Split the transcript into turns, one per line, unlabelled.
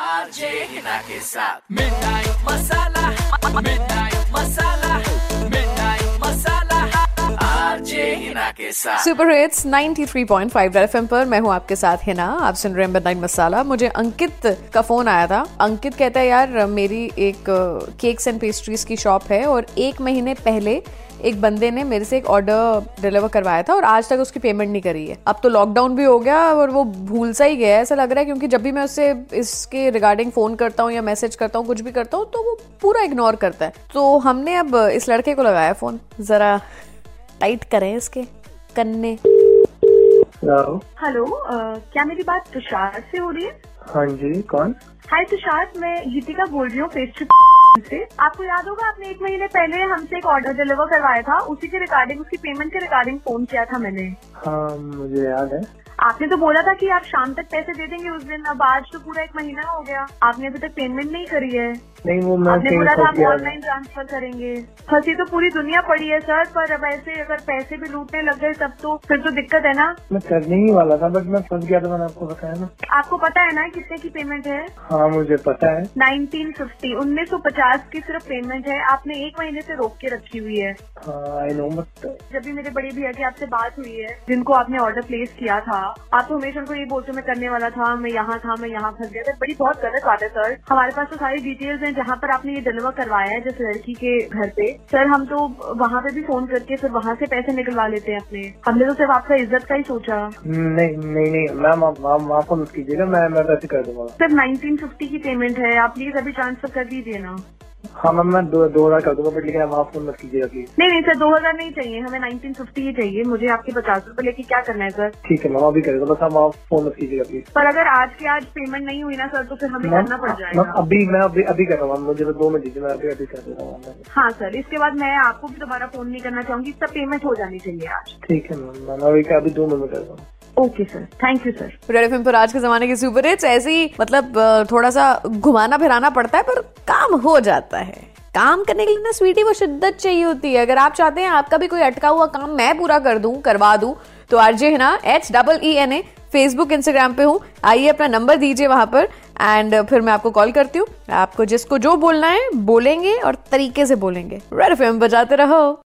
RJ Hina के साथ midnight masala midnight masala midnight masala RJ Hina के साथ
सुपर हिट्स 93.5 रेड एफएम पर मैं हूँ आपके साथ हिना आप सुन रहे हैं मिडनाइट मसाला मुझे अंकित का फोन आया था अंकित कहता है यार मेरी एक केक्स एंड पेस्ट्रीज की शॉप है और एक महीने पहले एक बंदे ने मेरे से एक ऑर्डर डिलीवर करवाया था और आज तक उसकी पेमेंट नहीं करी है अब तो लॉकडाउन भी हो गया और वो भूल सा ही गया है ऐसा लग रहा है क्योंकि जब भी मैं उससे इसके रिगार्डिंग फोन करता हूँ या मैसेज करता हूँ कुछ भी करता हूँ तो वो पूरा इग्नोर करता है तो हमने अब इस लड़के को लगाया फोन जरा टाइट करें इसके कन्ने
हेलो
हेलो अ, क्या मेरी बात तुषार से हो रही है
हाँ जी कौन
हाय तुषार मैं गीतिका बोल रही हूँ पेस्ट्री से आपको याद होगा आपने एक महीने पहले हमसे एक ऑर्डर डिलीवर करवाया था उसी के रिगार्डिंग उसकी पेमेंट के रिगार्डिंग फोन किया था मैंने
हाँ मुझे याद है
आपने तो बोला था कि आप शाम तक पैसे दे देंगे उस दिन अब आज तो पूरा एक महीना हो गया आपने अभी तक पेमेंट नहीं करी है
नहीं वो मैं
आपने
चेंज
बोला
हो
था आप
गया है।
ऑनलाइन ट्रांसफर करेंगे फंसी तो पूरी दुनिया पड़ी है सर पर अब ऐसे अगर पैसे भी लूटने लग गए तब तो फिर तो दिक्कत है ना
मैं करने ही वाला था बट मैं फंस गया था मैंने आपको बताया ना
आपको पता है ना कितने की पेमेंट है
हाँ मुझे पता है
1950 1950 की सिर्फ पेमेंट है आपने एक महीने से रोक के रखी हुई है
आई नो बट
जब भी मेरे बड़े भैया की आपसे बात हुई है जिनको आपने ऑर्डर प्लेस किया था आप तो हमेशा उनको ये बोलते हो, मैं करने वाला था मैं यहाँ था मैं यहाँ फंस गया था बड़ी बहुत गलत बात है सर हमारे पास तो सारी डिटेल्स हैं जहाँ पर आपने ये डिलीवर करवाया है जिस लड़की के घर पे सर हम तो वहाँ पे भी फोन करके फिर वहाँ से पैसे निकलवा लेते हैं अपने हमने तो सिर्फ आपका इज्जत का ही सोचा
नहीं नहीं नहीं मैम आप आप वहाँ पर मत कीजिएगा मैं मैं पैसे कर दूंगा
सर 1950 की पेमेंट है आप प्लीज अभी ट्रांसफर कर दीजिए ना
हाँ मैम मैं दो दो हजार कर दूंगा बट लेकिन आप वहाँ फोन मत कीजिएगा प्लीज
नहीं नहीं सर दो हजार नहीं चाहिए हमें नाइनटीन फिफ्टी ही चाहिए मुझे आपके पचास रूपए लेके क्या करना है सर
ठीक है मैम अभी करेगा बस आप वहाँ फोन मत कीजिएगा प्लीज
पर अगर आज के आज पेमेंट नहीं हुई ना सर तो फिर हमें करना पड़
मैम
जाएगा
अभी मैं अभी अभी कर रहा हूँ मैम, मुझे बस दो मिनट दीजिए मैं अभी अभी कर दे रहा हूँ मैम।
हाँ सर इसके बाद मैं आपको भी दोबारा फोन नहीं करना चाहूंगी सब पेमेंट हो जानी चाहिए आज
ठीक है मैम मैम अभी अभी दो मिनट में कर रहा हूँ
okay sir thank you sir
red FM पर आज के जमाने की सुपर हिट्स ऐसे ही मतलब अ, थोड़ा सा घुमाना फिराना पड़ता है पर काम हो जाता है काम करने के लिए ना स्वीटी वो शिद्दत चाहिए होती है अगर आप चाहते हैं आपका भी कोई अटका हुआ काम मैं पूरा कर दूं करवा दूं तो आरजे है ना E H double E N A Facebook Instagram पे हूँ आइए अपना नंबर दीजिए वहां पर एंड फिर मैं आपको कॉल करती हूँ आपको जिसको जो बोलना है बोलेंगे और तरीके से बोलेंगे रेड एफएम बजाते रहो